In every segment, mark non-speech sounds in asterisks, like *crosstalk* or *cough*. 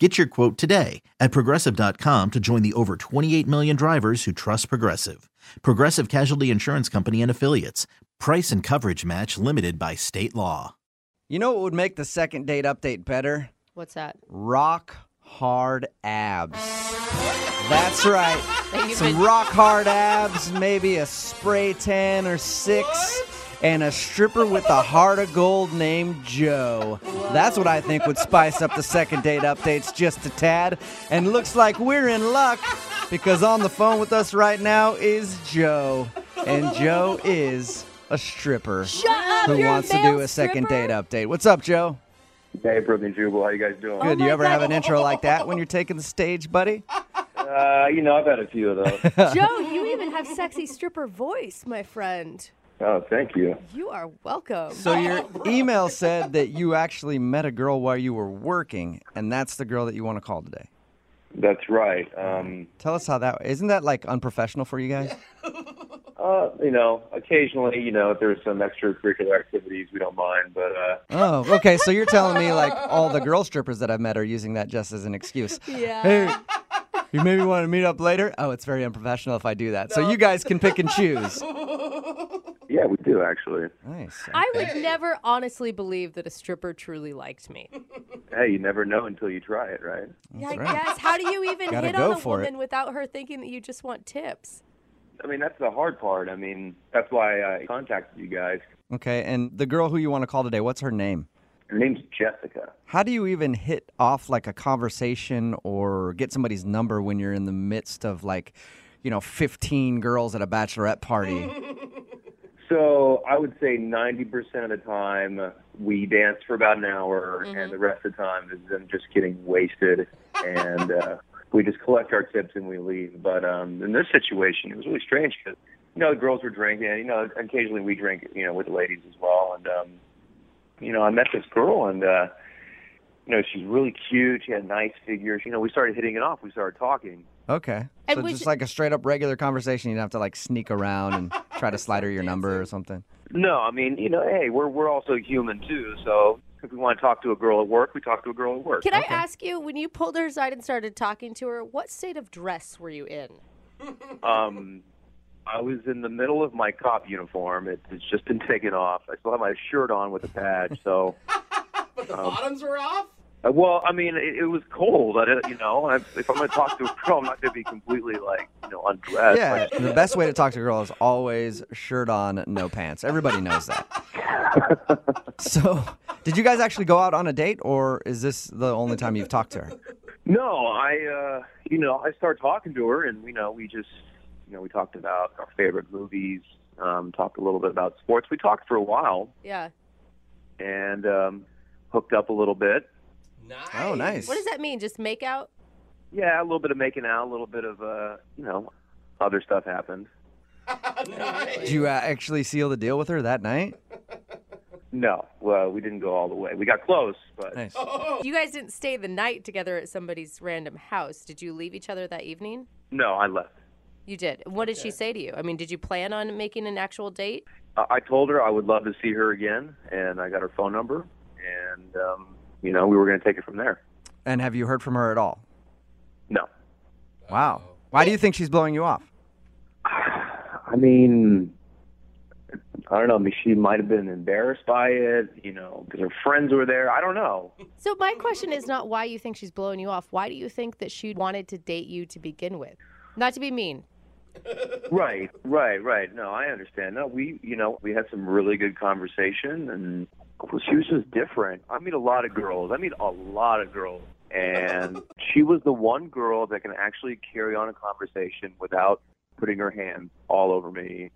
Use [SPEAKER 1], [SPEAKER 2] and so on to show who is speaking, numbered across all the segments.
[SPEAKER 1] Get your quote today at progressive.com to join the over 28 million drivers who trust Progressive. Progressive Casualty Insurance Company and Affiliates. Price and coverage match limited by state law.
[SPEAKER 2] You know what would make the second date update better?
[SPEAKER 3] What's that?
[SPEAKER 2] Rock hard abs. That's right.
[SPEAKER 3] *laughs* That you've
[SPEAKER 2] Some
[SPEAKER 3] been-
[SPEAKER 2] rock hard abs, maybe a spray tan or six, and a stripper with a heart of gold named Joe. That's what I think would spice up the second date updates just a tad. And looks like we're in luck because on the phone with us right now is Joe, and Joe is a stripper
[SPEAKER 3] Shut
[SPEAKER 2] who wants to do a second date update. What's up, Joe?
[SPEAKER 4] Hey, Brother Jubal, how you guys doing?
[SPEAKER 2] Good. you ever have an intro like that when you're taking the stage, buddy?
[SPEAKER 4] Uh, you know, I've had a few of
[SPEAKER 2] *laughs*
[SPEAKER 4] those.
[SPEAKER 3] Joe, you even have sexy stripper voice, my friend.
[SPEAKER 4] *laughs* oh, thank you.
[SPEAKER 3] You are welcome.
[SPEAKER 2] So your email said that you actually met a girl while you were working, and that's the girl that you want to call today.
[SPEAKER 4] That's right. Um,
[SPEAKER 2] Tell us how that isn't that like unprofessional for you guys?
[SPEAKER 4] uh, you know, occasionally, you know, if there's some extracurricular activities, we don't mind. But uh,
[SPEAKER 2] Oh, okay. So you're telling me like all the girl strippers that I've met are using that just as an excuse.
[SPEAKER 3] Yeah.
[SPEAKER 2] Hey, you maybe want to meet up later? Oh, it's very unprofessional if I do that. So you guys can pick and choose.
[SPEAKER 4] yeah, we do actually.
[SPEAKER 2] Nice.
[SPEAKER 3] I would never honestly believe that a stripper truly liked me.
[SPEAKER 4] Hey, you never know until you try it, right?
[SPEAKER 3] Yeah, I
[SPEAKER 2] right.
[SPEAKER 3] guess. How do you even
[SPEAKER 2] Gotta
[SPEAKER 3] hit
[SPEAKER 2] go
[SPEAKER 3] on a
[SPEAKER 2] for it.
[SPEAKER 3] woman without her thinking that you just want tips?
[SPEAKER 4] I mean, that's the hard part. I mean, that's why I contacted you guys.
[SPEAKER 2] Okay, and the girl who you want to call today, what's her name?
[SPEAKER 4] Her name's Jessica.
[SPEAKER 2] How do you even hit off like a conversation or get somebody's number when you're in the midst of like, you know, 15 girls at a bachelorette party?
[SPEAKER 4] So I would say 90% of the time we dance for about an hour, and the rest of the time is them just getting wasted, and uh, we just collect our tips and we leave. But um, in this situation, it was really strange because you know the girls were drinking, and you know occasionally we drink, you know, with the ladies as well, and um, you know I met this girl and. uh you know, she's really cute. She had a nice figure. You know, we started hitting it off. We started talking.
[SPEAKER 2] Okay.
[SPEAKER 3] And
[SPEAKER 2] so
[SPEAKER 3] was-
[SPEAKER 2] just like a straight up regular conversation, you don't have to like sneak around and try to slide her your number or something.
[SPEAKER 4] No, I mean, you know, hey, we're we're also human too. So if we want to talk to a girl at work, we talk to a girl at work.
[SPEAKER 3] Can I ask you, when you pulled her aside and started talking to her, what state of dress were you in?
[SPEAKER 4] Um, I was in the middle of my cop uniform. It, it's just been taken off. I still have my shirt on with a patch. So,
[SPEAKER 5] But the bottoms were off?
[SPEAKER 4] Uh, well, I mean, it, it was cold. I didn't, you know, I, if I'm going to talk to a girl, I'm not going to be completely like, you know, undressed.
[SPEAKER 2] Yeah,
[SPEAKER 4] Like,
[SPEAKER 2] the best way to talk to a girl is always shirt on, no pants. Everybody knows that. so, did you guys actually go out on a date or is this the only time you've talked to her?
[SPEAKER 4] no, I, uh, you know, I start talking to her, and you know, we just, you know, we talked about our favorite movies. Um, talked a little bit about sports. We talked for a while
[SPEAKER 3] Yeah.
[SPEAKER 4] and um, hooked up a little bit.
[SPEAKER 5] Nice.
[SPEAKER 2] Oh, nice.
[SPEAKER 3] What does that mean? Just make out?
[SPEAKER 4] Yeah, a little bit of making out, a little bit of, uh, you know, other stuff happened.
[SPEAKER 5] nice. *laughs*
[SPEAKER 2] Did you uh, actually seal the deal with her that night?
[SPEAKER 4] No, well, we didn't go all the way. We got close, but
[SPEAKER 2] Nice.
[SPEAKER 3] You guys didn't stay the night together at somebody's random house. Did you leave each other that evening?
[SPEAKER 4] no, I left.
[SPEAKER 3] You did. What did she say to you? I mean, did you plan on making an actual date?
[SPEAKER 4] I I told her I would love to see her again, and I got her phone number, and um, you know we were going to take it from there.
[SPEAKER 2] And have you heard from her at all?
[SPEAKER 4] No,
[SPEAKER 2] Wow. Why do you think she's blowing you off?
[SPEAKER 4] I mean, I don't know. I mean, she might have been embarrassed by it, you know, because her friends were there. I don't know.
[SPEAKER 3] So my question is not why you think she's blowing you off. Why do you think that she wanted to date you to begin with? Not to be mean.
[SPEAKER 4] Right, right, right. No, I understand. No, we, you know, we had some really good conversation, and she was just different. I meet a lot of girls. I meet a lot of girls, and she was the one girl that can actually carry on a conversation without putting her hands all over me.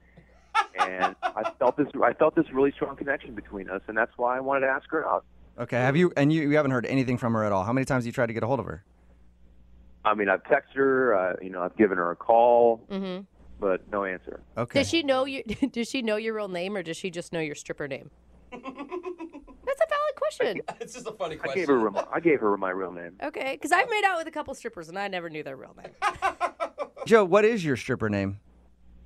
[SPEAKER 4] And I felt this. I felt this really strong connection between us, and that's why I wanted to ask her out.
[SPEAKER 2] Okay. Have you and you, you haven't heard anything from her at all? How many times have you tried to get a hold of her?
[SPEAKER 4] I mean, I've texted her. Uh, you know, I've given her a call.
[SPEAKER 3] Mm-hmm.
[SPEAKER 4] but no answer.
[SPEAKER 2] Okay.
[SPEAKER 3] Does she know you? Does she know your *laughs* real name, or does she just know your stripper name? That's a valid question.
[SPEAKER 5] It's just a funny
[SPEAKER 4] I
[SPEAKER 5] question.
[SPEAKER 4] gave her my, I gave her my real name.
[SPEAKER 3] Okay, because I've made out with a couple strippers and I never knew their real name.
[SPEAKER 2] Joe, what is your stripper name?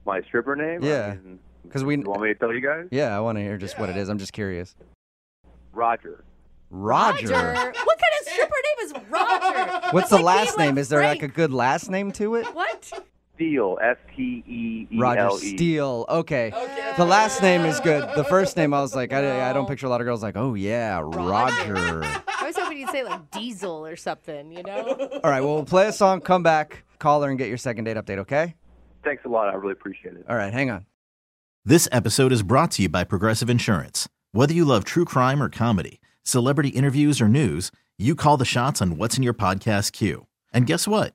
[SPEAKER 4] My stripper name.
[SPEAKER 2] Yeah.
[SPEAKER 4] I mean,
[SPEAKER 2] 'Cause we-
[SPEAKER 4] you want me to tell you guys?
[SPEAKER 2] Yeah, I want to hear just what it is. I'm just curious.
[SPEAKER 4] Roger.
[SPEAKER 2] Roger.
[SPEAKER 3] what kind of stripper name is Roger?
[SPEAKER 2] What's the
[SPEAKER 3] like
[SPEAKER 2] last
[SPEAKER 3] me
[SPEAKER 2] name?
[SPEAKER 3] with
[SPEAKER 2] Is there like a
[SPEAKER 3] Frank.
[SPEAKER 2] good last name to it?
[SPEAKER 3] What?
[SPEAKER 4] Steele. S T E E
[SPEAKER 2] Roger
[SPEAKER 4] L E.
[SPEAKER 2] Steele. Okay.
[SPEAKER 5] Okay.
[SPEAKER 2] The last name is good. The first name, I was like, I, I don't
[SPEAKER 3] No.
[SPEAKER 2] picture a lot of girls like, oh yeah, *laughs* Roger.
[SPEAKER 3] I was hoping you'd say like Diesel or something, you know?
[SPEAKER 2] All right, well, we'll play a song, come back, call her, and get your second date update, okay?
[SPEAKER 4] Thanks a lot. I really appreciate it.
[SPEAKER 2] All right, hang on.
[SPEAKER 1] This episode is brought to you by Progressive Insurance. Whether you love true crime or comedy, celebrity interviews or news, you call the shots on what's in your podcast queue. And guess what?